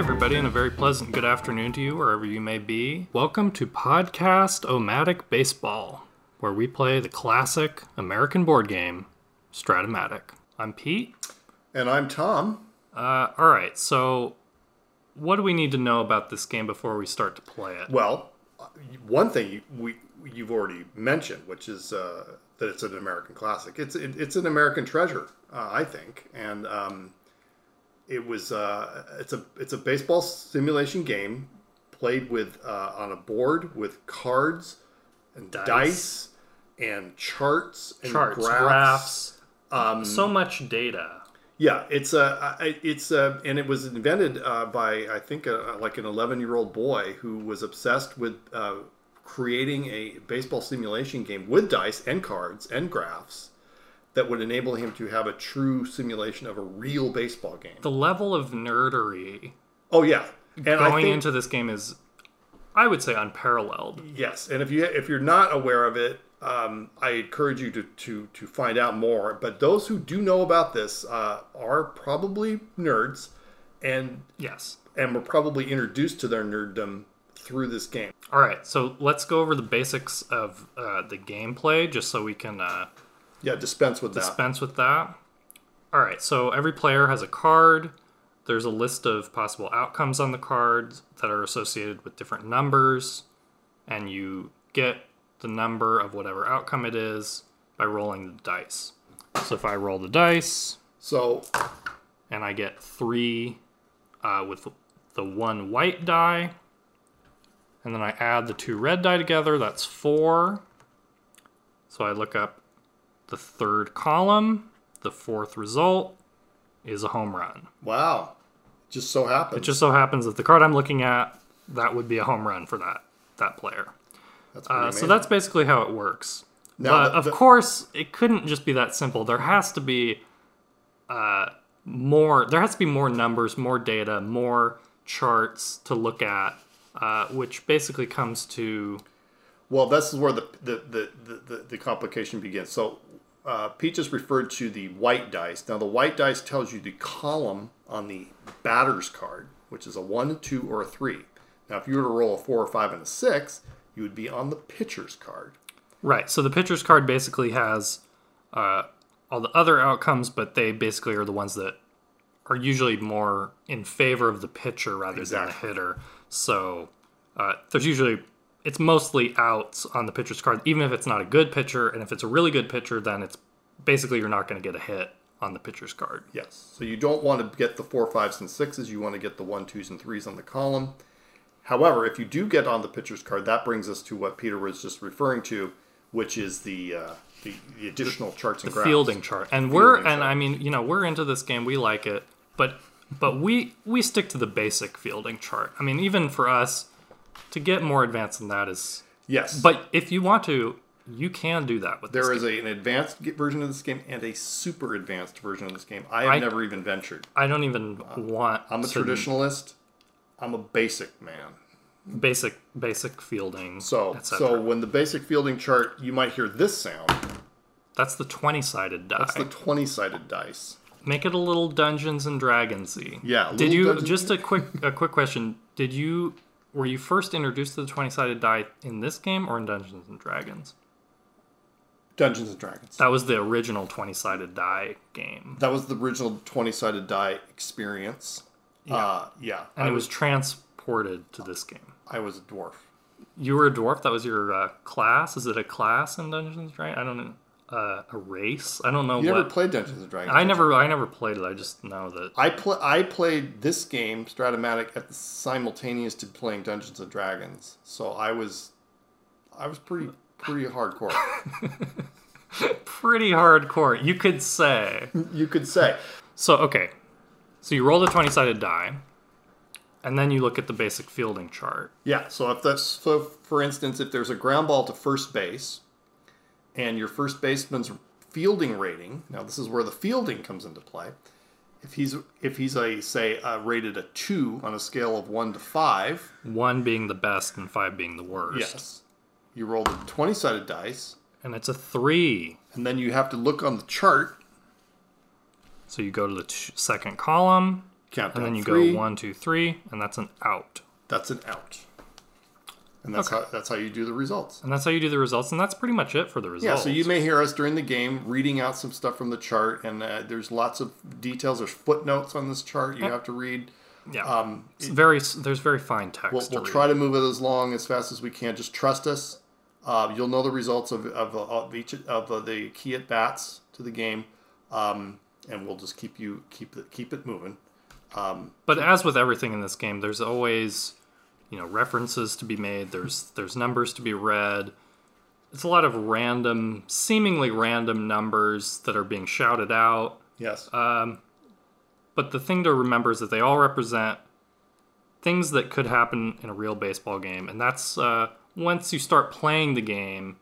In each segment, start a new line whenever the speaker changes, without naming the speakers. everybody, and a very pleasant good afternoon to you, wherever you may be. Welcome to Podcast Omatic Baseball, where we play the classic American board game, Stratomatic. I'm Pete.
And I'm Tom.
Uh, all right, so what do we need to know about this game before we start to play it?
Well, one thing you, we you've already mentioned, which is uh, that it's an American classic. It's it, it's an American treasure, uh, I think, and um, it was uh, it's a it's a baseball simulation game played with uh, on a board with cards and dice,
Dice.
and charts and
Charts,
graphs. um,
graphs, so much data.
Yeah, it's a I- it's a and it was invented uh, by I think uh like an 11 year old boy who was obsessed with uh, creating a baseball simulation game with dice and cards and graphs that would enable him to have a true simulation of a real baseball game.
The level of nerdery
Oh yeah, and I
going
think,
into this game is, I would say, unparalleled.
Yes, and if you if you're not aware of it, um, I encourage you to, to to find out more. But those who do know about this uh, are probably nerds, and
Yes.
and were probably introduced to their nerddom through this game.
All right, so let's go over the basics of uh, the gameplay just so we can uh,
Yeah, dispense with that.
dispense with that. All right, so every player has a card. There's a list of possible outcomes on the cards that are associated with different numbers, and you get the number of whatever outcome it is by rolling the dice. So if I roll the dice
So,
and I get three uh, with the one white die, and then I add the two red die together, that's four. So I look up the third column, the fourth result is a home run.
wow, just so happened.
It just so happens that the card I'm looking at, that would be a home run for that that player.
that's pretty
Uh, so
amazing.
that's basically how it works.
Now,
But
the-
of
the-
course, it couldn't just be that simple. There has to be uh, more. There has to be more numbers, more data, more charts to look at, uh, which basically comes to
Well, this is where the the the the, the, the complication begins. So, uh, Pete just referred to the white dice. Now, the white dice tells you the column on the batter's card, which is a one, two, or a three. Now, if you were to roll a four, or five, and a six, you would be on the pitcher's card.
right. So the pitcher's card basically has uh, all the other outcomes, but they basically are the ones that are usually more in favor of the pitcher rather than the
Exactly.
hitter. So uh, there's usually it's mostly outs on the pitcher's card, even if it's not a good pitcher. And if it's a really good pitcher, then it's basically you're not going to get a hit on the pitcher's card.
Yes. So you don't want to get the four, fives, and sixes. You want to get the one, twos, and threes on the column. However, if you do get on the pitcher's card, that brings us to what Peter was just referring to, which is the uh, the, the additional charts and graphs.
Fielding chart, and we're
Fielding
and I mean you know we're into this game, we like it, but but we we stick to the basic fielding chart. I mean even for us to get more advanced than that is
Yes.
But if you want to, you can do that with
there
this.
is a, an advanced ge- version of this game and a super advanced version of this game. I have
I-
never even ventured.
I don't even want
I'm a
to-
traditionalist. I'm a basic man.
basic basic fielding.
So
et cetera.
so when the basic fielding chart, you might hear this sound.
that's the twenty sided die.
It's the 20-sided dice.
Make it a little Dungeons and Dragonsy.
Yeah, a
Did
little
you
Dungeons-
just a quick a quick question? Did you were you first introduced to the twenty sided die in this game or in Dungeons and Dragons?
Dungeons and Dragons.
That was the original twenty sided die game,
That was the original 20 sided die experience. Yeah. Uh, yeah.
and
I,
it was transported to this game.
I was a dwarf.
You were a dwarf. That was your uh, class. Is it a class in Dungeons and Dragons? I don't know. Uh, a race? I don't know
You
what.
never played Dungeons and Dragons?
I never, I never played it. I just know that.
I, pl- I played this game, Stratomatic, at the simultaneous to playing Dungeons and Dragons. So I was I was pretty pretty hardcore.
Pretty hardcore, you could say.
you could say.
So okay, so you roll the twenty-sided die, and then you look at the basic fielding chart.
Yeah. So if that's so for instance, if there's a ground ball to first base and your first baseman's fielding rating, now this is where the fielding comes into play. If he's if he's a say uh, rated a two on a scale of one to five,
One being the best and five being the worst.
yes, you roll the twenty sided dice,
And it's a three,
and then you have to look on the chart.
so you go to the t- second column,
countdown
and then you
three.
go one, two, three, and that's an out.
That's an out. And that's how that's how you do the results.
And that's how you do the results, and that's pretty much it for the
Yeah,
results.
so you may hear us during the game reading out some stuff from the chart, and uh, there's lots of details. There's footnotes on this chart you have to read.
yeah. It's very s- there's very fine text.
um, We'll,
to
we'll
read.
try to move it as long as fast as we can. Just trust us. Uh, you'll know the results of, of, of each of uh, the key at bats to the game, um, and we'll just keep you keep it, keep it moving.
But as with everything in this game, there's always, you know, references to be made. There's there's numbers to be read. It's a lot of random, seemingly random numbers that are being shouted out.
Yes.
Uh, But the thing to remember is that they all represent things that could happen in a real baseball game, and that's uh, once you start playing the game,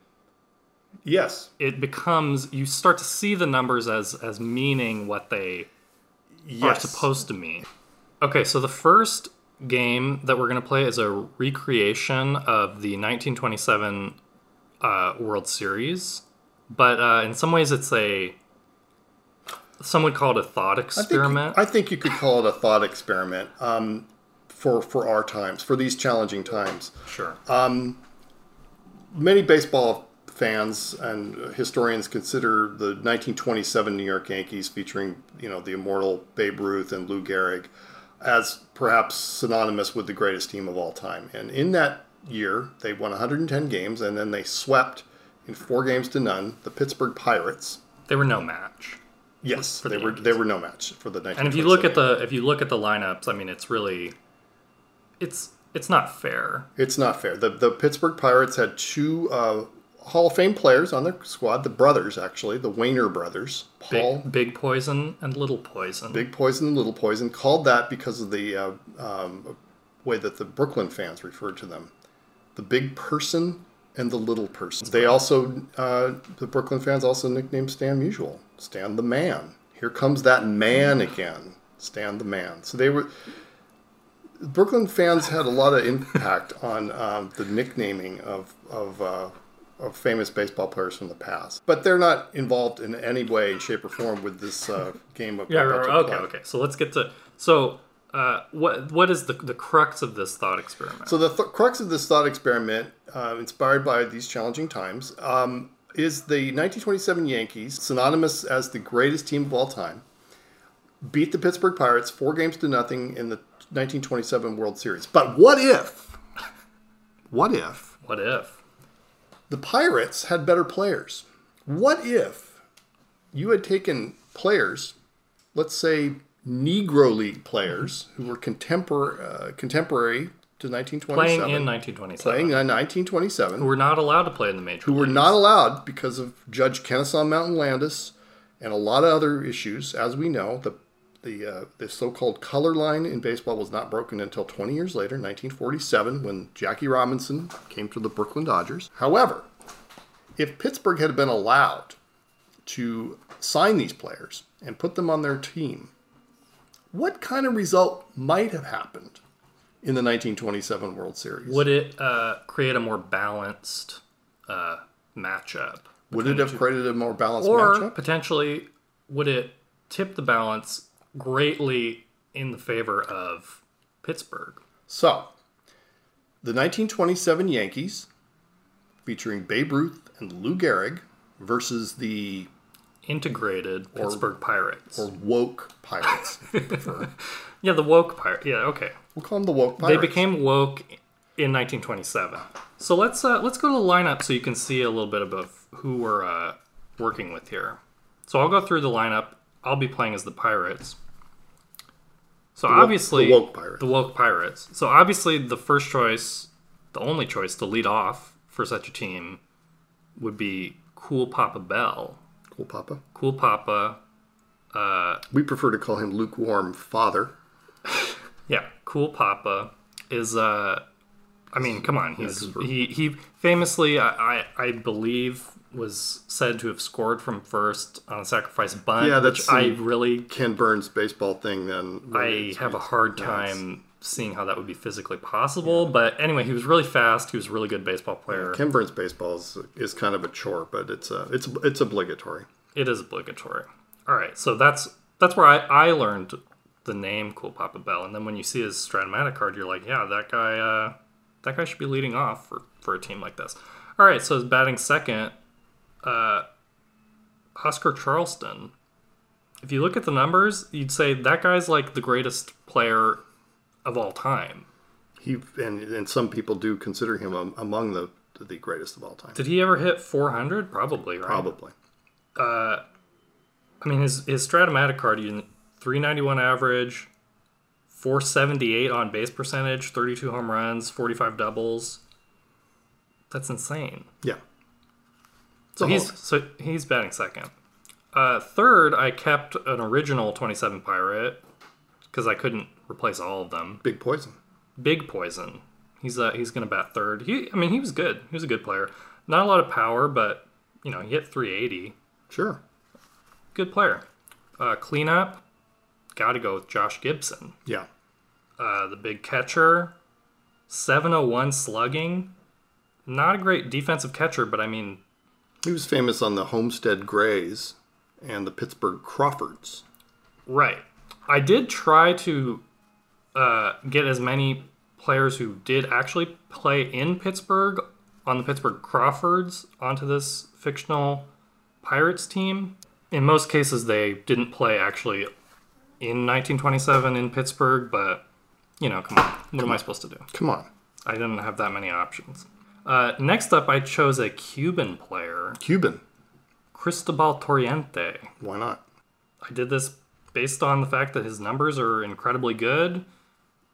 yes.
it becomes you start to see the numbers as as meaning what they
Yes.
are supposed to mean. Okay, so the first game that we're going to play is a recreation of the 1927 uh, World Series, but uh, in some ways it's a some would call it a thought experiment.
I think you could call it a thought experiment um, for for our times, for these challenging times.
sure.
Many baseball fans and historians consider the 1927 New York Yankees, featuring you know the immortal Babe Ruth and Lou Gehrig, as perhaps synonymous with the greatest team of all time. And in that year, they won 110 games, and then they swept in four games to none the Pittsburgh Pirates.
they were no match.
Yes,
the
they were
Yankees.
they were no match for the 1927.
And if you look at the if you look at the lineups, I mean it's really it's it's not fair.
It's not fair. The the Pittsburgh Pirates had two uh, Hall of Fame players on their squad, the brothers actually, the Wayner brothers, Paul
Big, big poison and little poison.
Big Poison and Little Poison, called that because of the uh, um, way that the Brooklyn fans referred to them, the Big Person and the Little Person. They also uh, the Brooklyn fans also nicknamed Stan Musial, Stan the Man. Here comes that man again, Stan the Man. So they were. Brooklyn fans had a lot of impact on um, the nicknaming of of, uh, of famous baseball players from the past, but they're not involved in any way, shape, or form with this uh, game of
Yeah, right, right, okay, okay. So let's get to so uh, what what is the the crux of this thought experiment?
So the th- crux of this thought experiment, uh, inspired by these challenging times, um, is the 1927 Yankees, synonymous as the greatest team of all time, beat the Pittsburgh Pirates four games to nothing in the 1927 World Series. But what if? What if
what if?
the Pirates had better players? What if you had taken players, let's say Negro League players who were contempor- uh, contemporary to 1927,
Playing in 1927,
playing in 1927
we're not allowed to play in the major.
who were
leagues.
not allowed because of Judge Kennesaw Mountain Landis and a lot of other issues. As we know, the the uh, the so-called color line in baseball was not broken until 20 years later, 1947, when Jackie Robinson came to the Brooklyn Dodgers. However, if Pittsburgh had been allowed to sign these players and put them on their team, what kind of result might have happened in the 1927 World Series?
Would it uh, create a more balanced uh, matchup,
Would it have created a more balanced
or
matchup?
potentially would it tip the balance greatly in the favor of Pittsburgh?
So, the 1927 Yankees, featuring Babe Ruth and Lou Gehrig, versus the
Integrated Pittsburgh Pirates.
woke Pirates. if you prefer.
yeah, the woke pirate. Yeah, okay.
We'll call them the woke Pirates.
They became woke in 1927. So let's uh, let's go to the lineup so you can see a little bit about who we're uh, working with here. So I'll go through the lineup. I'll be playing as the Pirates. So obviously
the woke Pirates.
The woke Pirates. So obviously the first choice, the only choice to lead off for such a team would be Cool Papa Bell.
cool Papa.
Cool Papa.
We prefer to call him lukewarm father.
Yeah, Cool Papa is uh I mean, come on, he's he he famously I, I I believe was said to have scored from first on a sacrifice bunt,
Yeah,
which
that's
I
some-
really
Ken Burns baseball thing. Then
I have a hard time seeing how that would be physically possible, but anyway, he was really fast, he was a really good baseball player.
Ken Burns baseball is, is kind of a chore, but it's uh, it's it's obligatory.
It is obligatory. All right, so that's that's where I, I learned the name Cool Papa Bell, and then when you see his Stratomatic card, you're like, yeah, that guy, uh, that guy should be leading off for for a team like this. All right, so batting second, uh, Oscar Charleston. If you look at the numbers, you'd say that guy's like the greatest player of all time.
He and and some people do consider him am- among the the greatest of all time.
Did he ever hit 400? Probably, right?
Probably.
I mean, his his Stratomatic card, you 391 average, 478 on base percentage, 32 home runs, 45 doubles. That's insane.
Yeah.
So he's so he's batting second. Uh, third, I kept an original 27 Pirate because I couldn't replace all of them.
big poison.
Big Poison. He's uh, he's gonna bat third. He I mean he was good. He was a good player. Not a lot of power, but you know he hit 380
Sure.
good player. Uh, cleanup, got to go with Josh Gibson.
Yeah.
Uh, the big catcher, 701 slugging. Not a great defensive catcher, but I mean,
He was famous on the Homestead Grays and the Pittsburgh Crawfords.
right. I did try to uh, get as many players who did actually play in Pittsburgh on the Pittsburgh Crawfords onto this fictional Pirates team. In most cases, they didn't play actually in 1927 in Pittsburgh, but you know, come on. What am I supposed to do?
Come on.
I didn't have that many options. Uh, next up, I chose a Cuban player,
Cuban.
Cristobal Torriente.
Why not?
I did this based on the fact that his numbers are incredibly good.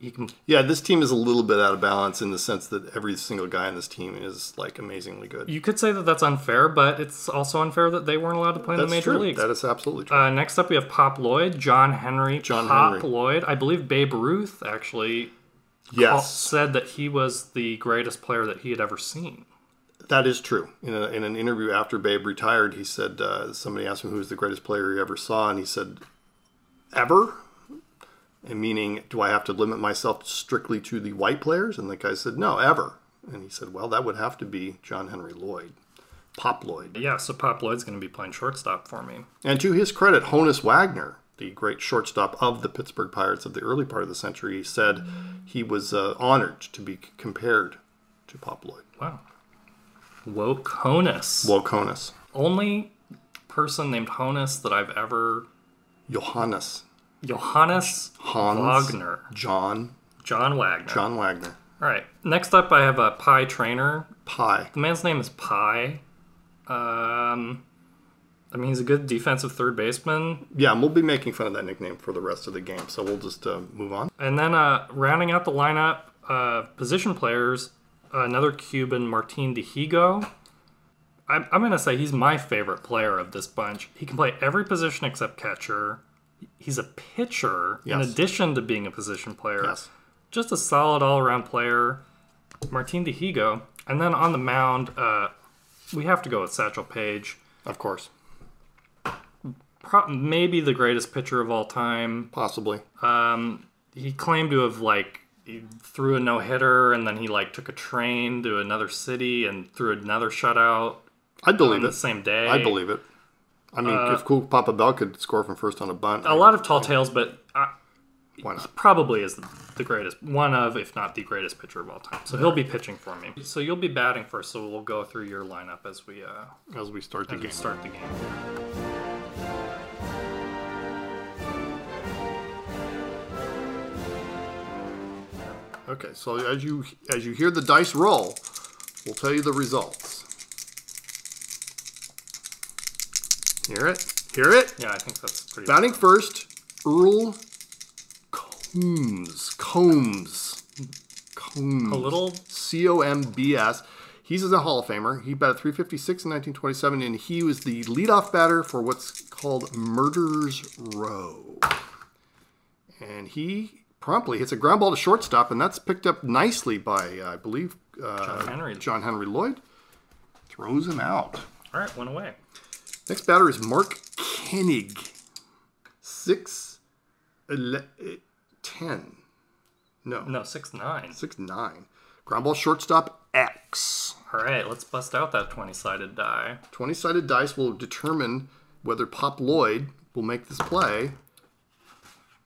He can
Yeah, this team is a little bit out of balance in the sense that every single guy on this team is like amazingly good.
you could say that that's unfair, but it's also unfair that they weren't allowed to play in
That's
the major
true.
leagues.
That is absolutely true.
Uh, next up, we have Pop Lloyd, John Henry,
John
Pop
Henry.
Lloyd. I believe Babe Ruth actually Uh,
yes,
said that he was the greatest player that he had ever seen.
that is true. In, a, in an interview after Babe retired, he said uh, somebody asked him who was the greatest player he ever saw, and he said, "Ever." And meaning, do I have to limit myself strictly to the white players? And the guy said, "No, ever." And he said, "Well, that would have to be John Henry Lloyd, Pop Lloyd."
Yeah, so Pop Lloyd's going to be playing shortstop for me.
And to his credit, Honus Wagner, the great shortstop of the Pittsburgh Pirates of the early part of the century, said he was uh, honored to be c- compared to Pop Lloyd.
Wow. Woconus.
Well, Honus.
Only person named Honus that I've ever.
Johannes,
Johannes
Hans,
Wagner.
John,
John Wagner.
John Wagner,
All right. Next up, I have a Pi trainer.
Pi.
The man's name is Pi. Um, I mean, he's a good defensive third baseman.
Yeah, and we'll be making fun of that nickname for the rest of the game, so we'll just uh, move on.
And then uh, rounding out the lineup, uh, position players, another Cuban, Martin de Higo. I'm, I'm going to say he's my favorite player of this bunch. He can play every position except catcher. He's a pitcher in
Yes.
addition to being a position player.
Yes.
Just a solid all around player, Martin de Higo. And then on the mound, uh, we have to go with Satchel Paige.
Of course.
Pro- maybe the greatest pitcher of all time.
Possibly.
he claimed to have like he threw a no hitter and then he like took a train to another city and threw another shutout
I'd believe
the
it.
same day.
I believe it. I mean, if Cool Papa Bell could score from first on a bunt,
uh, a lot of tall tales, but uh,
why not?
probably is the, the greatest one of, if not the greatest pitcher of all time. So he'll be pitching for me. So you'll be batting first. So we'll go through your lineup as we uh,
As we start the
as we
game.
start the game.
Okay, so as you as you hear the dice roll, we'll tell you the results. Hear it? Hear it?
Yeah, I think that's pretty.
Batting first, Earl Combs. Combs. Combs.
a little
C O M B S. He's a Hall of Famer. He batted 356 in 1927, and he was the leadoff batter for what's called Murderer's Row. And he promptly hits a ground ball to shortstop, and that's picked up nicely by, uh, I believe, uh,
John Henry.
John Henry Lloyd. Throws him out.
All right, one away.
Next batter is Mark Koenig. 6 ele- eh, 10. No,
No, six nine.
6 9. Ground ball shortstop X.
All right, let's bust out that twenty sided die.
20 sided dice will determine whether Pop Lloyd will make this play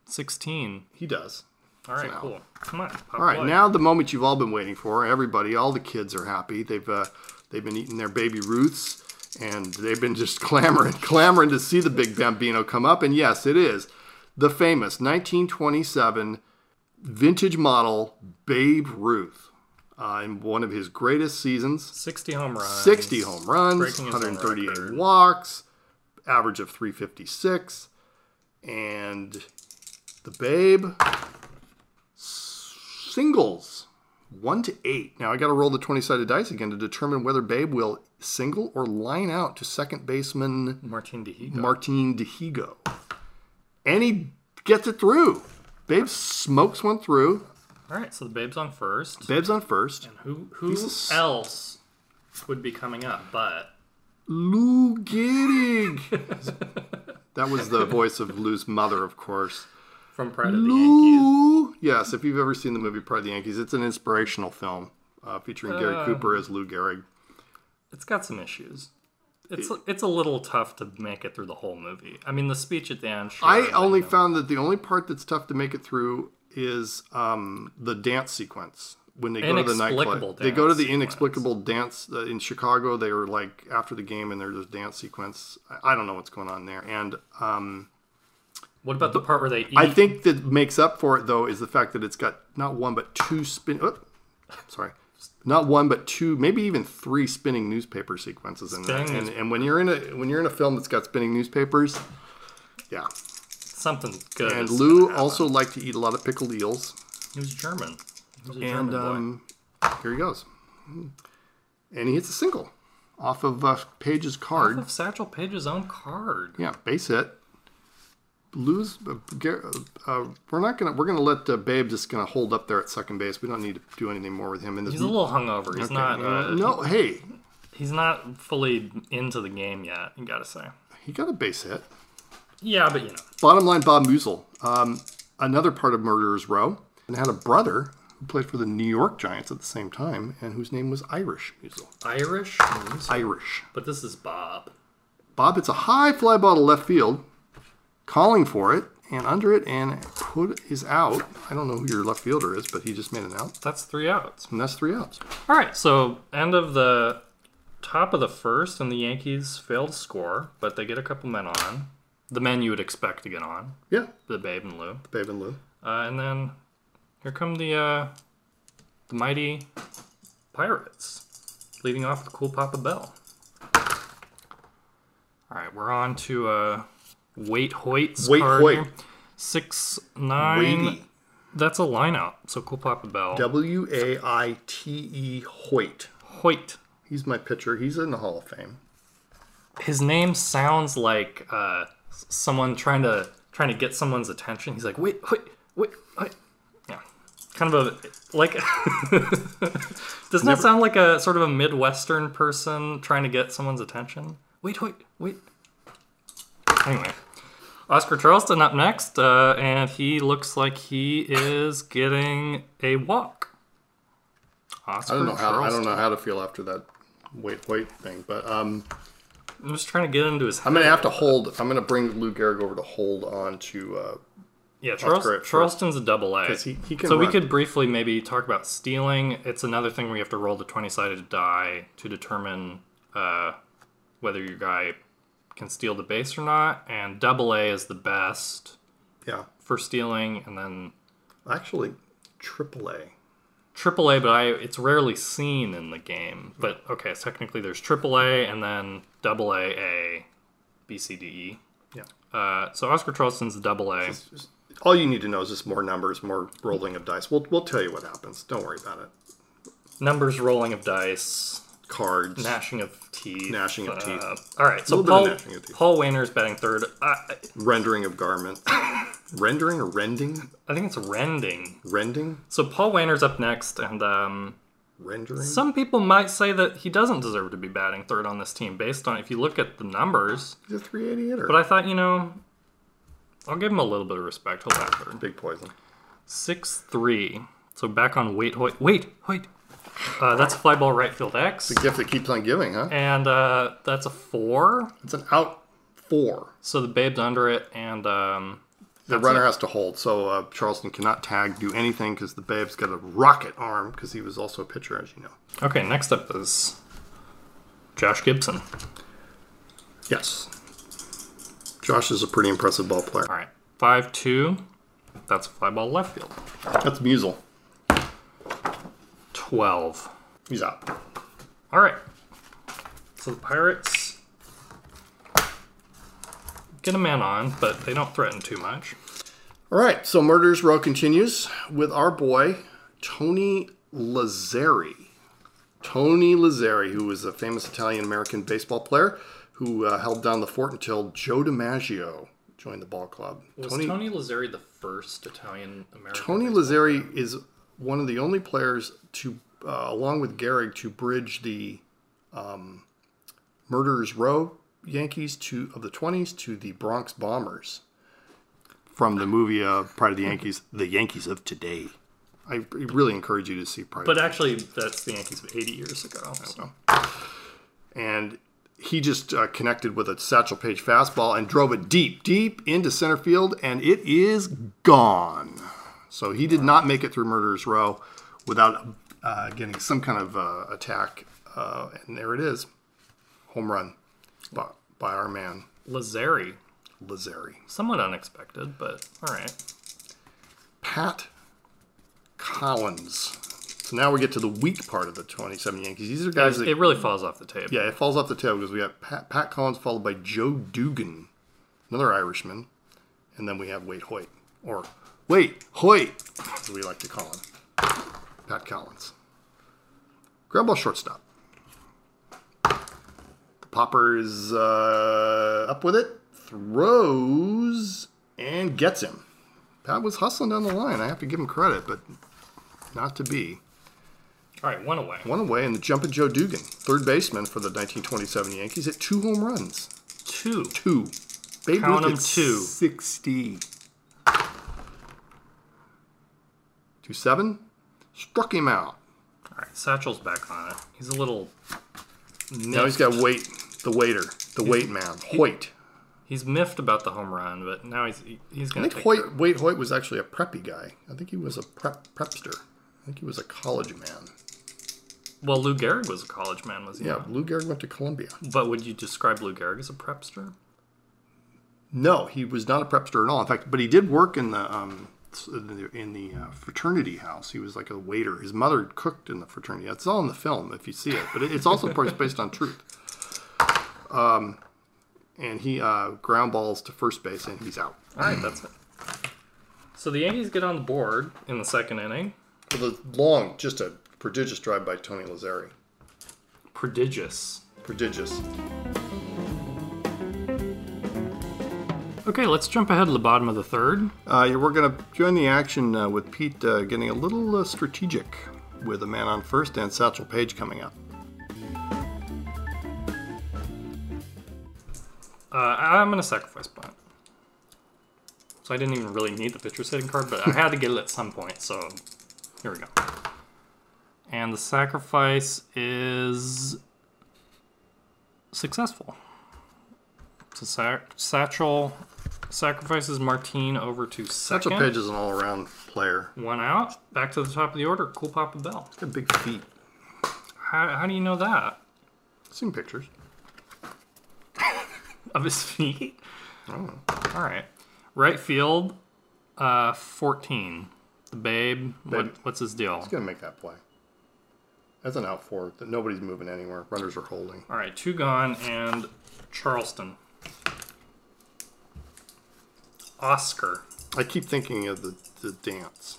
16.
He does.
All right,
Wow.
cool. Come on. Pop
All right,
one.
now the moment you've all been waiting for. Everybody, all the kids are happy. They've uh, they've been eating their baby Ruths, and they've been just clamoring, clamoring to see the big bambino come up. And yes, it is the famous 1927 vintage model Babe Ruth uh, in one of his greatest seasons.
60 home runs.
60 home runs,
Breaking his own
138
record.
walks, average of 356, and the babe singles 1 to 8. Now I got to roll the 20 sided dice again to determine whether Babe will single or line out to second baseman
Martin DeHigo.
Martin DeHigo. And he gets it through. Babe smokes one through.
All right, so the babe's on first.
Babe's on first.
Who who
s-
else would be coming up but
Lou Gehrig. that was the voice of Lou's mother, of course.
from Pride of the Yankees?
Lou. Yes, if you've ever seen the movie Pride of the Yankees, it's an inspirational film uh, featuring Gary Cooper as Lou Gehrig.
It's got some issues. It's it's a little tough to make it through the whole movie. I mean, the speech at the end. Sure,
I
but,
only
you know,
found that the only part that's tough to make it through is um, the dance sequence when they go to the
Inexplicable
nightclub. They go to the
dance
inexplicable dance uh, in Chicago. They were like after the game, and there's this dance sequence. I- I don't know what's going on there, and. Um,
what about the part where they eat?
I think that makes up for it though is the fact that it's got not one but two spin. Oh, sorry, not one but two, maybe even three spinning newspaper sequences in there.
Spinning
And,
news-
and when you're in a when you're in a film that's got spinning newspapers, yeah.
something good.
And
is
Lou
gonna happen.
also liked to eat a lot of pickled eels.
he was German. He was a
And
German boy.
um, here he goes, and he hits a single off of uh, Page's card.
Off of Satchel Page's own card.
Yeah, base hit. Lose. Uh, Gar- uh, we're not gonna. We're gonna let uh, Babe just gonna hold up there at second base. We don't need to do anything more with him in this.
He's a little hungover. He's not. Uh,
no, hey,
He's not fully into the game yet. You gotta say.
he got a base hit.
Yeah, but you know,
Bottom line, Bob Musil, um, another part of Murderers Row, and had a brother who played for the New York Giants at the same time, and whose name was Irish Musil.
Irish.
Mm-hmm. Irish.
But this is Bob.
Bob hits a high fly ball to left field, calling for it and under it, and put is out. I don't know who your left fielder is, but he just made an out.
That's three outs.
And that's three outs.
All right, so end of the top of the first, and the Yankees fail to score, but they get a couple men on. The men you would expect to get on,
Yeah,
the Babe and Lou.
Babe and Lou.
Uh, and then here come the uh, the mighty Pirates, leading off with Cool Papa Bell. All right, we're on to uh, Wait Hoyt's
Wait
card.
Hoyt.
Six nine. That's a lineout. So Cool Papa Bell.
W A I T E Hoyt.
Hoyt.
He's my pitcher. He's in the Hall of Fame.
his name sounds like uh, s- someone trying to trying to get someone's attention. He's like, wait, wait, wait, wait. Yeah, kind of a like. doesn't that sound like a sort of a midwestern person trying to get someone's attention? Wait, wait, wait. Anyway, Oscar Charleston up next, uh, and he looks like he is getting a walk. Oscar
I don't know how. I
Charleston.
don't know how to feel after that Wait Hoyt thing, but um,
I'm just trying to get into his.
I'm gonna have to hold. I'm gonna bring Lou Gehrig over to hold on to. Uh,
Yeah, Charles,
correct, sure.
Charleston's a double A.
'Cause he- he can
so we
run.
could briefly maybe talk about stealing. It's another thing where you have to roll the 20 sided die to determine uh, whether your guy can steal the base or not. And double A is the best
yeah,
for stealing. And then
actually, Triple A.
triple A, but I, it's rarely seen in the game. But okay, so technically there's triple A and then double A, A, B, C, D, E.
Yeah.
Uh, so Oscar Charleston's the double A.
All you need to know is just more numbers, more rolling of dice. We'll we'll tell you what happens. Don't worry about it.
Numbers, rolling of dice.
Cards.
Gnashing of teeth.
Gnashing of teeth.
Uh, all right, so
Little bit of
Paul,
gnashing of teeth.
Paul Wayner's batting third. I,
Rendering of garment. rendering or rending?
I think it's rending.
Rending?
So Paul Wayner's up next, and um,
Rendering?
some people might say that he doesn't deserve to be batting third on this team based on if you look at the numbers.
He's a 380 hitter.
But I thought, you know, I'll give him a little bit of respect. He'll bat third.
Big poison.
Six three. So back on Wait Hoyt. Wait Hoyt. Uh, that's a fly ball right field X,
Gift that keeps on giving, huh?
and uh, that's a four.
It's an out four.
So the babe's under it, and um,
The runner has to hold, so uh, Charleston cannot tag, do anything because the babe's got a rocket arm because he was also a pitcher, as you know.
Okay, next up is Josh Gibson.
Yes. Josh is a pretty impressive ball player.
All right, five two. That's a fly ball left field.
That's Musel.
Twelve.
He's out.
All right. So the Pirates get a man on, but they don't threaten too much.
All right, so Murder's Row continues with our boy, Tony Lazzari. Tony Lazzari, who was a famous Italian American baseball player who uh, held down the fort until Joe DiMaggio joined the ball club.
Was
Tony,
Tony, Lazzari the first Italian American?
Tony Lazzari is one of the only players to, uh, along with Gehrig, to bridge the um, Murderers Row Yankees to of the 20s to the Bronx Bombers from the movie uh, Pride of the Yankees, The Yankees of Today. I really encourage you to see Pride.
But
of
actually, that's the Yankees of 80 years ago. So.
the and he just uh, connected with a satchel page fastball and drove it deep, deep into center field, and it is gone. So he did not make it through Murderers Row without uh, getting some kind of uh, attack, uh, and there it is, home run by, by our man
Lazzari,
Lazari.
somewhat unexpected, but all right.
Pat Collins. So now we get to the weak part of the 27 Yankees. These are guys that
It really falls off the table.
Yeah, it falls off the tail because we got Pat, Pat Collins followed by Joe Dugan, another Irishman, and then we have Wade Hoyt, or Wait Hoyt, as we like to call him, Pat Collins. Ground ball shortstop. The popper is uh, up with it, throws, and gets him. Pat was hustling down the line. I have to give him credit, but not to be.
All right, one away.
One away and the jumping Joe Dugan, third baseman for the 1927 Yankees, at two home runs.
Two.
Two. Babe
Count 'em,
at
two.
60. Two seven. Struck him out.
All right, Satchel's back on it. He's a little.
Now he's got Wait, the waiter, the wait man, Hoyt.
He's miffed about the home run, but now he's he- he's
I
gonna
think
take.
Hoyt, Wade Hoyt was actually a preppy guy. I think he was a prep, prepster. I think he was a college man.
Well, Lou Gehrig was a college man, was he?
Yeah,
not?
Lou Gehrig went to Columbia.
But would you describe Lou Gehrig as a prepster?
No, he was not a prepster at all. In fact, but he did work in the um, in the, in the uh, fraternity house. He was like a waiter. His mother cooked in the fraternity. It's all in the film if you see it. But it- it's also part- based on truth. Um, and he uh, ground balls to first base and he's out.
All right, that's it. So the Yankees get on the board in the second inning.
With a long, just a prodigious drive by Tony Lazzari.
Prodigious.
Prodigious.
Okay, let's jump ahead to the bottom of the third.
Uh, yeah, we're going to join the action uh, with Pete uh, getting a little uh, strategic with a man on first and Satchel Paige coming up.
Uh, I'm going to sacrifice bunt. So I didn't even really need the pitcher's hitting card, but I had to get it at some point, so here we go. And the sacrifice is successful. So sac- Satchel sacrifices Martine over to
Satchel
second.
Paige is an all-around player.
One out. Back to the top of the order. Cool Papa Bell.
Got big feet.
How, how do you know that?
Seen pictures.
Of his feet?
Oh.
All right. Right field, uh, 14. The babe,
Babe.
What, what's his deal?
He's gonna make that play. That's an out four that nobody's moving anywhere. Runners are holding.
All right, two gone and Charleston. Oscar.
I keep thinking of the, the dance.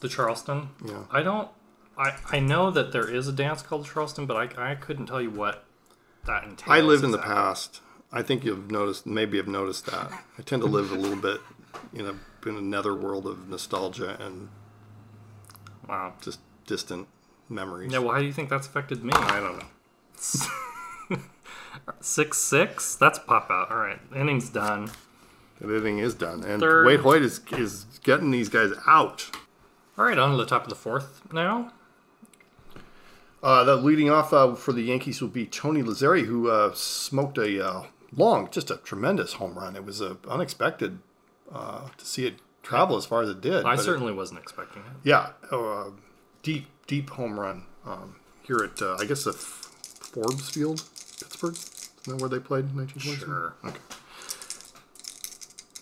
The Charleston.
Yeah.
I don't. I, I know that there is a dance called Charleston, but I, I couldn't tell you what that entails.
I live in the
exactly.
past. I think you've noticed. Maybe you've noticed that. I tend to live a little bit in a in another world of nostalgia and
Wow.
just distant memories.
Yeah, well, how do you think that's affected me?
I don't know.
Six six. That's pop out. All right, inning's done.
The inning is done, and
Third.
Wade Hoyt is is getting these guys out.
All right, on to the top of the fourth now.
Uh, the leading off uh, for the Yankees will be Tony Lazzari, who uh, smoked a uh, long, just a tremendous home run. It was a uh, unexpected uh, to see it travel as far as it did.
I
but it-
certainly wasn't expecting it.
yeah, uh, deep deep home run um, here at uh, I guess the F- Forbes Field, Pittsburgh. Isn't that where they played in 1927?
Sure.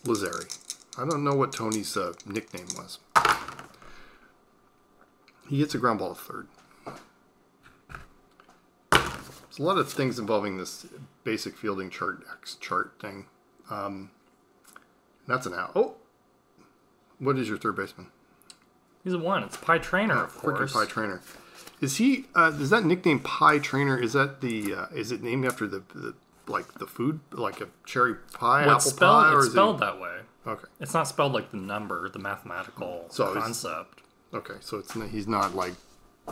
Lazari. I don't know what Tony's uh, nickname was. He hits a ground ball to third. There's a lot of things involving this basic fielding chart X chart thing. Um, that's an out. Oh, what is your third baseman?
He's a one. It's Pie Trainer, of
Frickin'
course.
Pie Trainer. Is he? Uh, is that nickname Pie Trainer? Is that the? Uh, is it named after the, the like the food, like a cherry pie,
Well, it's
apple
spelled,
pie,
it's
is
spelled that way.
It, okay,
It's not spelled like the number, the mathematical
Mm, So it's-
concept.
okay. So it's n- he's not like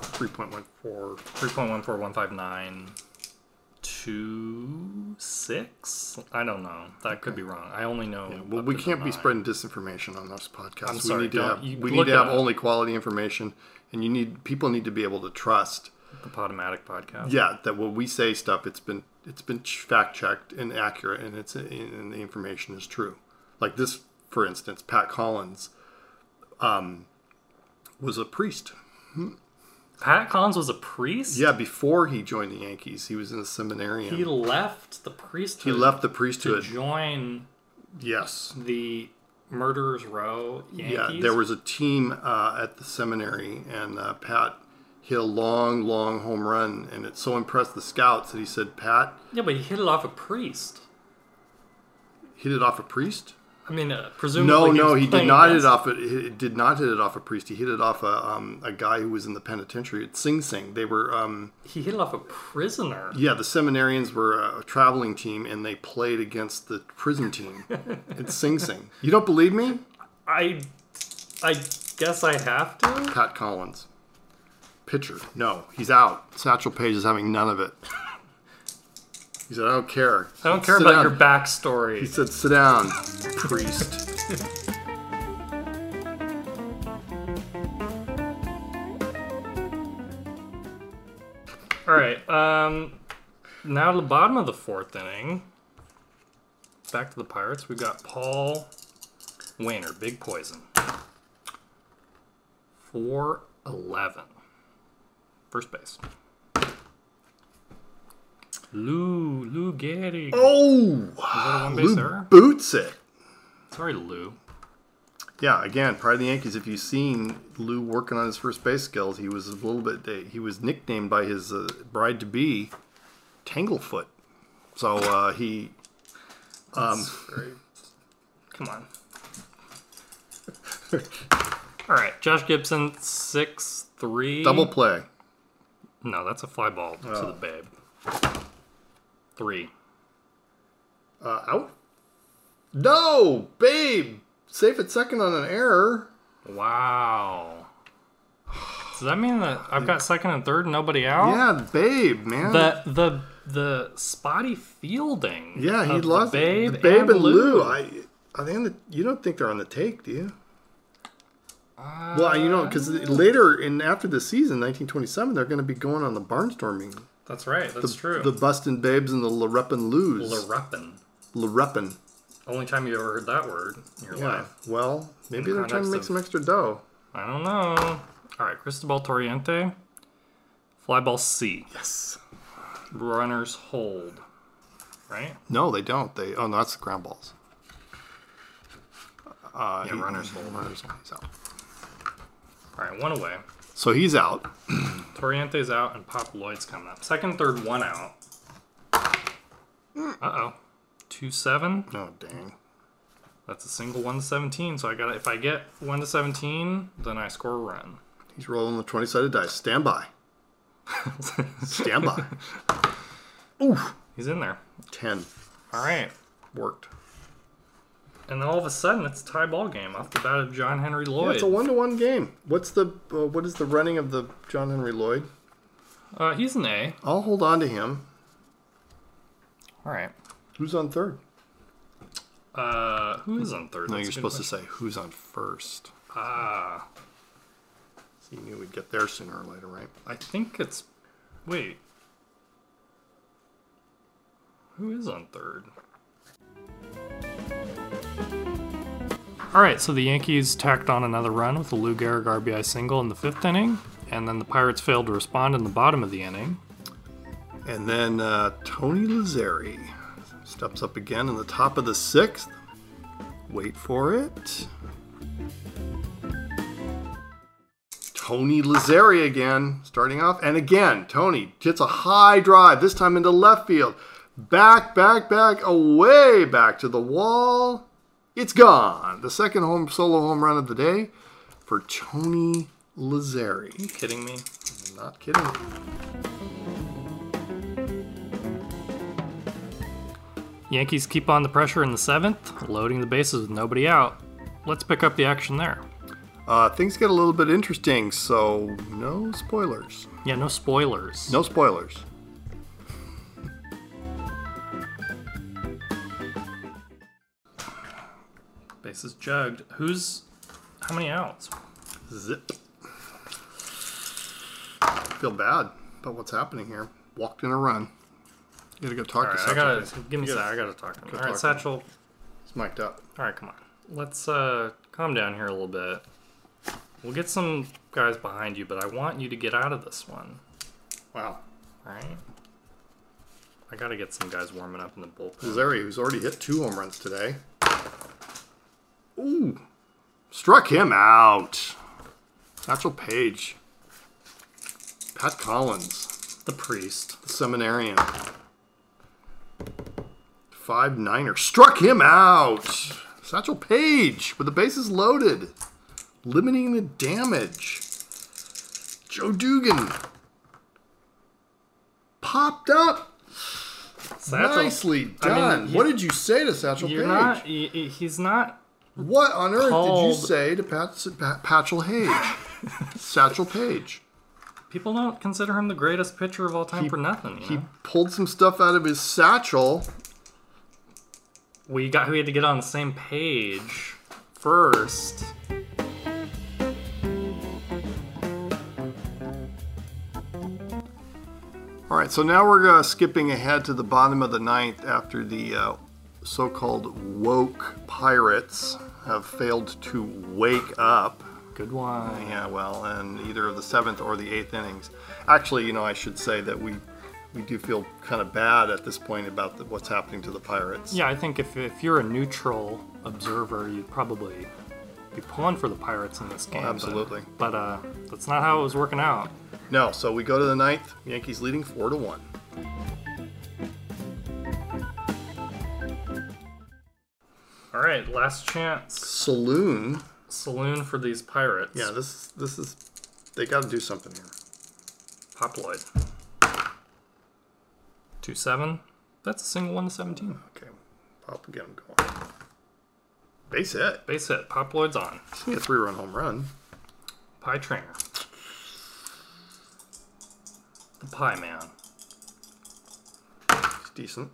three point one four.
3.1415926? I don't know. That could be wrong. I only know.
Well,
up
we
to the
can't be
nine.
spreading disinformation on this podcast.
I'm
we
sorry,
need to
don't-
have
you
we
look
need to
it
have
up.
only quality information, and you need people need to be able to trust.
the Podomatic podcast.
Yeah, that when we say stuff, it's been it's been fact checked and accurate, and it's and the information is true. Like this, for instance, Pat Collins, um, was a priest.
Pat Collins was a priest.
Yeah, before he joined the Yankees, he was in a seminarian.
He
He,
left the priesthood.
left the
to
priesthood.
join
yes.
the Murderers Row Yankees.
Yeah, there was a team uh, at the seminary, and uh, Pat hit a long, long home run, and it so impressed the scouts that he said, "Pat
Yeah, but he hit it off a priest.
hit it off a priest."
I mean, uh, presumably.
No, no,
was
he did
playing
not hit it
against-
off. It, it did not hit it off a priest. He hit it off a um, a guy who was in the penitentiary at Sing Sing. They were um,
He hit it off a prisoner.
yeah, the seminarians were a traveling team, and they played against the prison team at Sing Sing. You don't believe me,
I, I guess I have to.
Pat Collins, pitcher? No, he's out. Satchel Paige is having none of it. He said, "I don't care.
I don't care about your backstory.
He said, "Sit down, priest."
All right. Um, now to the bottom of the fourth inning. Back to the Pirates. We've got Paul Wainer, Big Poison. 4 11. First base. Lou, Lou Gehrig.
Oh,
One base
Lou
error.
boots it.
Sorry, Lou.
Yeah, again, prior to the Yankees, if you've seen Lou working on his first base skills, he was a little bit. He was nicknamed by his uh, bride to be Tanglefoot. So uh, he, um,
Come on. All right. Josh Gibson, 6 3.
double Oh. play.
No, that's a fly ball to the babe. Three.
Uh, out. No, babe, safe at second on an error.
Wow. Does that mean that I've got second and third and nobody out?
Yeah, babe, man.
The the the spotty fielding.
yeah, he
of Oh, the
lost.
babe,
the babe and, Lou. I, are they on the? You don't think they're on the take, do you? well, you know, because later in after the season, 1927, they're going to be going on the barnstorming.
That's right. That's true.
The
The
Bustin' Babes and the Larepin Lou's. Larepin.
Only time you ever heard that word in your
Yeah.
life.
Well, maybe
In
they're trying to
context
make
of-
some extra dough.
I don't know. All right, Cristobal Torriente. Fly ball C.
Yes.
Runners hold. Right?
No, they don't. They oh no, that's the ground balls. Uh,
Yeah,
he-
runners hold.
runners hold, he's out.
All right, one away.
So he's out.
Torriente's out and Pop Lloyd's coming up. Second, third, one out. Uh oh. Two seven.
Oh dang.
That's a single one to seventeen. So I got to if I get one to seventeen, then I score a run.
He's rolling the twenty sided dice. Stand by. Stand by.
He's in there.
Ten.
All right.
Worked.
And then all of a sudden, it's a tie ball game off the bat of John Henry
Yeah,
Lloyd.
it's a one to one game. What's the uh, what is the running of the John Henry Lloyd?
uh, he's an A.
I'll hold on to him.
All right.
Who's on third?
Uh, who is on third?
No,
That's
you're
a good
supposed to say who's on first.
question. Ah,
So you knew we'd get there sooner or later, right?
I think it's. Wait. Who is on third? All right, so the Yankees tacked on another run with a Lou Gehrig RBI single in the fifth inning, and then the Pirates failed to respond in the bottom of the inning.
And then uh, Tony Lazzari steps up again in the top of the sixth. Wait for it. Tony Lazzari again, starting off. And again, Tony hits a high drive, this time into left field. Back, back, back, away, back to the wall. It's gone. The second home solo home run of the day for Tony Lazzari.
kidding me?
I'm not kidding.
Yankees keep on the pressure in the seventh, loading the bases with nobody out. Let's pick up the action there.
Uh, things get a little bit interesting, so no spoilers.
Yeah, no spoilers.
No spoilers.
Bases jugged. Who's. How many outs?
Zip. Feel bad about what's happening here. Walked in a run. You gotta go talk
All right,
to
I
Satchel.
gotta.
please.
Give me
You
a
gotta-
sec. I gotta talk to him. All
talk
right,
to
Satchel.
It's mic'd up.
All right, come on. Let's uh, calm down here a little bit. We'll get some guys behind you, but I want you to get out of this one.
Wow.
All right. I gotta get some guys warming up in the bullpen.
Lazari, who's already hit two home runs today. Ooh. Struck him out. Satchel Page. Pat Collins,
The priest.
the seminarian. Five niner. Struck him out. Satchel Page with the bases loaded. Limiting the damage. Joe Dugan. Popped up.
Satchel,
Nicely
I mean,
done.
you-
what did you say to Satchel
You're
Paige?
not. y- y- He's not.
What on earth did you
called-
say to Pat, Pat Patchel Hage? Satchel Page.
People don't consider him the greatest pitcher of all time for nothing. You
He
know?
pulled some stuff out of his satchel.
We got. We had to get on the same page first.
All right, so now we're uh, skipping ahead to the bottom of the ninth after the uh, so called woke pirates have failed to wake up.
Good one.
Yeah, well, in either of the seventh or the eighth innings. Actually, you know, I should say that we we do feel kind of bad at this point about the, what's happening to the pirates.
Yeah, I think if, if you're a neutral observer, you'd probably be pulling for the Pirates in this game. but-
Oh, absolutely.
But, uh, that's not how it was working out.
No, so we go to the ninth. Yankees leading four to one.
All right, last chance
Saloon.
saloon for these Pirates.
Yeah, this is this is they got to do something here.
Pop Lloyd. Two seven. That's a single one to seventeen.
Okay, pop again. Go on. Base hit.
Base hit. Pop Lloyd's on.
Yeah, three run home run.
Pie Trainer. The Pie Man.
It's decent.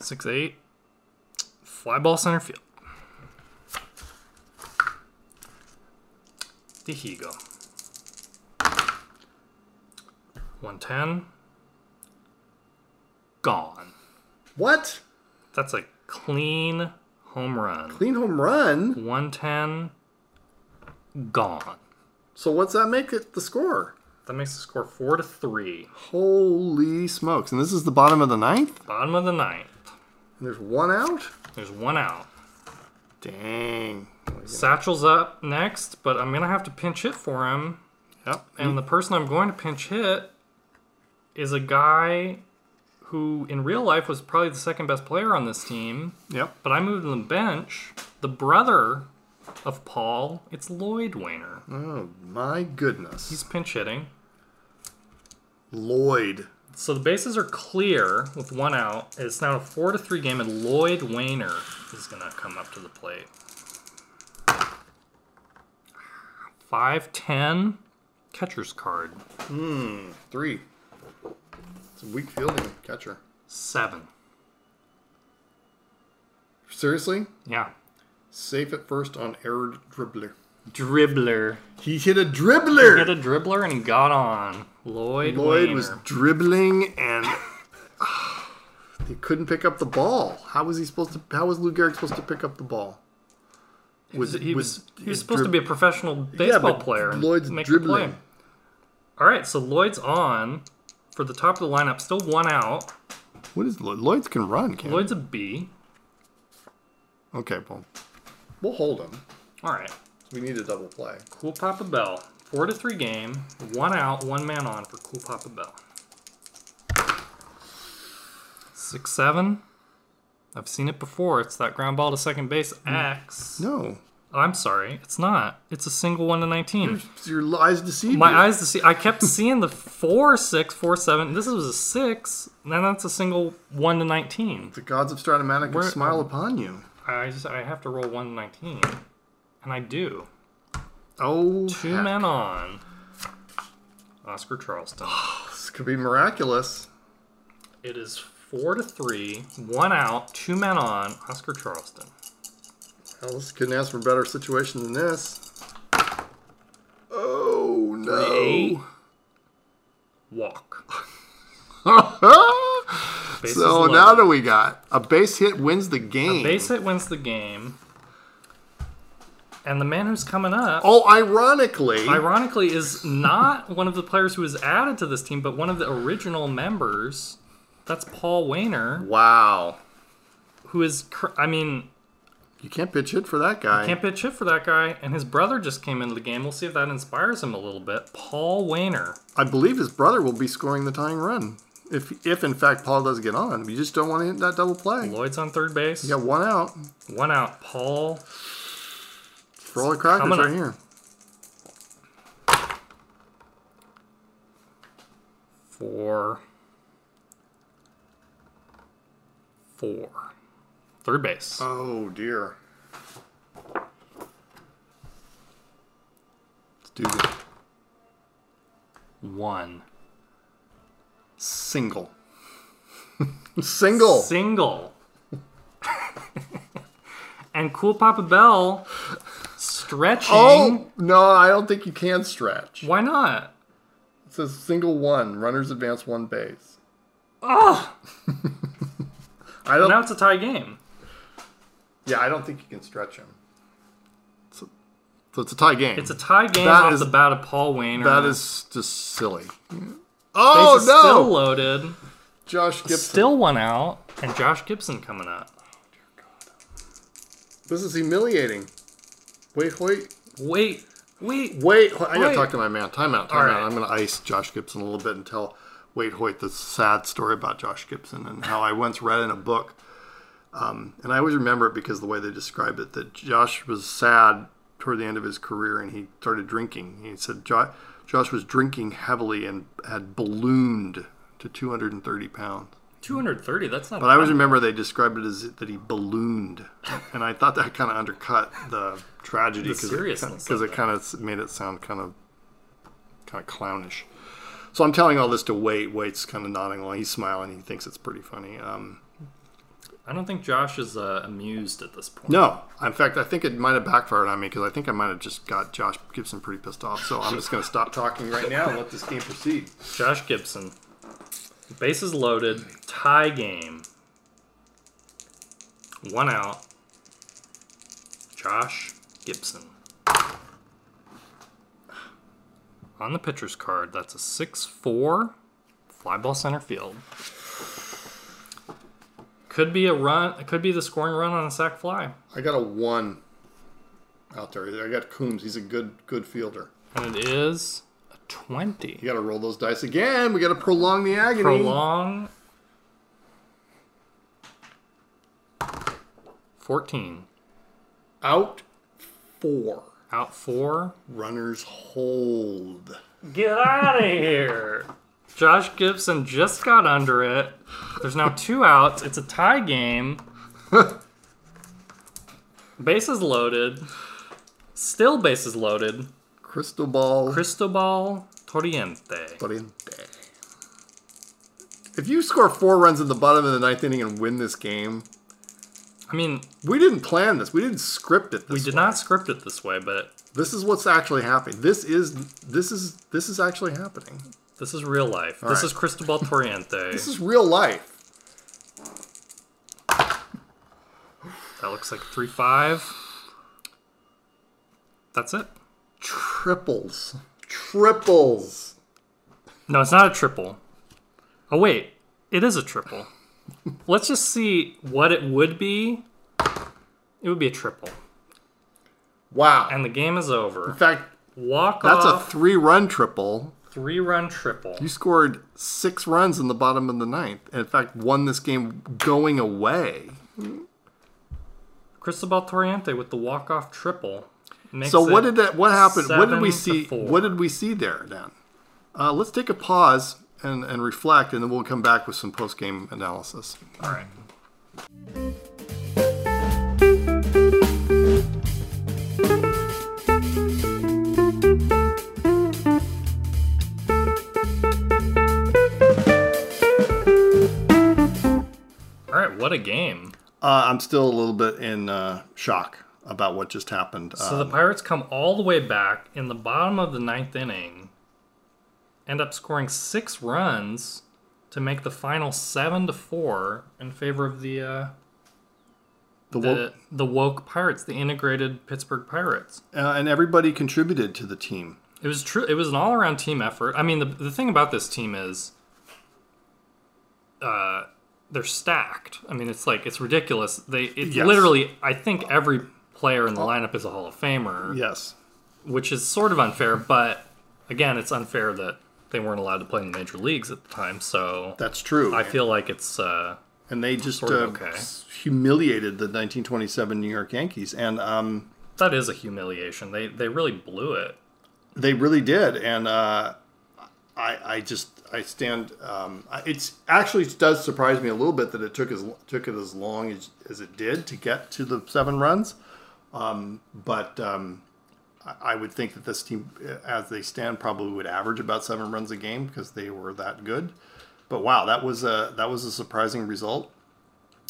Six eight. Fly ball center field. Dehigo. 110. Gone.
What?
That's a clean home run.
Clean home run.
110. Gone.
So what's that make it the score?
That makes the score 4 to 3.
Holy smokes! And this is the bottom of the ninth.
Bottom of the ninth.
And there's one out.
There's one out.
Dang.
Satchel's up next, but I'm going to have to pinch hit for him.
Yep.
And the person I'm going to pinch hit is a guy who, in real life, was probably the second best player on this team.
Yep.
But I moved him to the bench. The brother of Paul, it's Lloyd Weiner.
Oh my goodness.
He's pinch hitting.
Lloyd.
So the bases are clear with one out. It's now a four to three game, and Lloyd Weiner is going to come up to the plate. Five ten, catcher's card.
Three. It's a weak fielding catcher.
Seven.
Seriously?
Yeah.
Safe at first on error dribbler.
Dribbler.
He hit a
He
dribbler.
hit a dribbler and he got on. Lloyd,
Lloyd
Weiner.
was dribbling and he couldn't pick up the ball. How was he supposed to? How was Lou Gehrig supposed to pick up the ball?
Was, he was, he was
is
supposed to
drib-
be a professional baseball
but
player. and
Lloyd's
make the play.
dribbling.
All right, so Lloyd's on for the top of the lineup, still one out.
What is Lloyd? Lloyd's can run, can
Lloyd's a B.
Okay, well, we'll hold him.
All right,
We need a double play.
Cool Papa Bell, four to three game, one out, one man on for Cool Papa Bell. Six seven. I've seen it before. It's that ground ball to second base. X.
Mm. No,
am sorry, it's not. It's a single one to nineteen.
your lies deceive
My
you.
eyes to see. I kept seeing the four six four seven. This was a six. Then that's a single one to nineteen.
The gods of Stratomatic
Where-
smile upon you.
I just I have to roll one to nineteen, and I do.
Oh,
Two
heck.
men on. Oscar Charleston.
this could be miraculous.
It is four to three, one out, two men on. Oscar Charleston.
Hell, this couldn't ask for a better situation than this. Oh
Eight.
no!
Walk. Base is
so
loaded.
now that we got a base hit wins the game.
base hit wins the game, and the man who's coming up.
Oh, ironically,
Ironically, is not one of the players who was added to this team, but one of the original members. That's Paul Wayner,
wow!
who is, cur- I mean,
You can't pitch hit for that guy.
Can't pitch hit for that guy, and his brother just came into the game. We'll see if that inspires him a little bit. Paul Wayner.
I believe his brother will be scoring the tying run. If, if in fact Paul does get on, you just don't want to hit that double play.
Lloyd's on third base.
You got one out.
One out. Paul.
For all the crackers
Coming up.
right here.
Four. Four. Third base.
Oh dear. Let's do this.
One.
Single. Single.
Single. and Cool Papa Bell stretching.
Oh no, I don't think you can stretch.
Why not?
It says single one. Runners advance one base.
Oh,
I don't.
now it's a tie game.
Yeah, I don't think you can stretch him. So, so it's a tie game.
It's a tie game
That
off
is-
the bat of Paul Wayner.
that is just silly.
Base
Oh
is
no!
still loaded.
Josh Gibson.
Still one out, and Josh Gibson coming up.
This is humiliating. Wait, wait,
Wait, wait.
wait. I gotta
Wait.
talk to my man. Time out, time
All
out.
right.
I'm gonna ice Josh Gibson a little bit and tell Wait Hoyt the sad story about Josh Gibson and how I once read in a book. Um, and I always remember it because the way they describe it that Josh was sad toward the end of his career and he started drinking. He said jo- Josh was drinking heavily and had ballooned to 230 pounds.
230, that's not
But I always remember they described it as that he ballooned, and I thought that kind of undercut the tragedy
The seriousness
because
of
it kind of made it sound kind of kind of clownish. So I'm telling all this to Wait. Wait's kind of nodding along. He's smiling. He thinks it's pretty funny. Um,
I don't think Josh is uh, amused at this point.
no, in fact, I think it might have backfired on me because I think I might have just got Josh Gibson pretty pissed off. So I'm just going to stop talking right now and let this game proceed.
Josh Gibson. Bases loaded, tie game. One out. Josh Gibson. On the pitcher's card, that's a 6 4 fly ball center field. Could be a run, it could be the scoring run on a sac fly.
I got a one out there. I got Coombs. He's a good good fielder.
And it is a 20.
You got to roll those dice again. We got to prolong the agony.
Prolong. 14.
out four.
Out four.
Runners hold.
Get out of here. Josh Gibson just got under it. There's now two outs. It's a tie game. bases loaded. Still bases loaded.
Crystal ball.
Cristobal Torriente.
Oriente. If you score four runs in the bottom of the ninth inning and win this game,
I mean,
we didn't plan this. We didn't script it. This
we did not script it this way, but
This is what's actually happening. This is this is this is actually happening.
this is real life. this
right.
is Cristobal Torriente.
This is real life.
That looks like three five. That's it.
Triples. Triples.
No, it's not a triple. Oh wait, it is a triple. Let's just see what it would be. It would be a triple,
Wow.
and uh, the game is over.
in fact,
Walk
that's a
off
three run triple.
three run triple.
You scored six runs in the bottom of the ninth, and in fact, won this game going away.
Cristobal Torriente with the walk off triple. Makes
So what
it-
did that? What happened? What did
seven
we
to
see?
four.
What did we see there, Dan? Uh, let's take a pause and, and reflect, and then we'll come back with some post game analysis.
All right. All right, what a game.
Uh, I'm still a little bit in uh, shock about what just happened. Uh,
So the Pirates come all the way back in the bottom of the ninth inning, end up scoring six runs to make the final seven to four in favor of the uh,
the, wo-
the, the woke Pirates, the integrated Pittsburgh Pirates.
uh, and everybody contributed to the team.
It was true. It was an all around team effort. I mean, the the thing about this team is, uh, they're stacked. I mean, it's like it's ridiculous. They it's
Yes.
literally. I think every player in the lineup is a Hall of Famer.
Yes.
which is sort of unfair, but again, it's unfair that they weren't allowed to play in the major leagues at the time. So
That's true.
I feel like it's uh,
and they just uh,
Sort of okay.
s- humiliated the 1927 New York Yankees, and um,
that is a humiliation. They they really blew it.
they really did. And uh, I, I just, I stand. Um, I- it's actually does surprise me a little bit that it took as took it as long as, as it did to get to the seven runs. Um, but um, I, I would think that this team, uh, as they stand, probably would average about seven runs a game because they were that good. But wow, that was a that was a surprising result.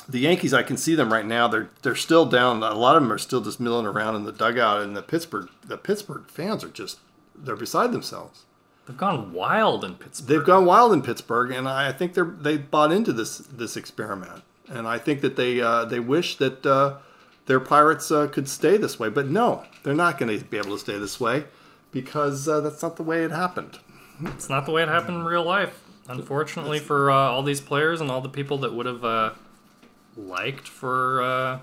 the Yankees, I can see them right now. They're they're still down. A lot of them are still just milling around in the dugout, and the Pittsburgh the Pittsburgh fans are just they're beside themselves.
They've gone wild in Pittsburgh.
They've gone wild in Pittsburgh, and I think they're they bought into this this experiment, and I think that they uh, they wish that uh, their Pirates uh, could stay this way, but no, they're not going to be able to stay this way because uh, that's not the way it happened.
It's not the way it happened in real life, unfortunately for uh, all these players and all the people that would have uh, liked for uh,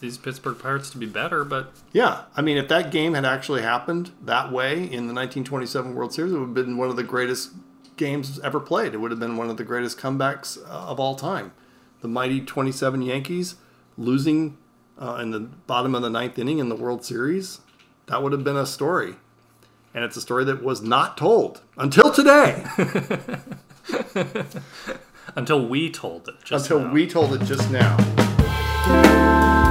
these Pittsburgh Pirates to be better. But
Yeah, I mean, if that game had actually happened that way in the 1927 World Series, it would have been one of the greatest games ever played. It would have been one of the greatest comebacks uh, of all time. The mighty 27 Yankees losing uh, in the bottom of the ninth inning in the World Series, that would have been a story. And it's a story that was not told until today,
until we told it, just
until
now.
we told it just now.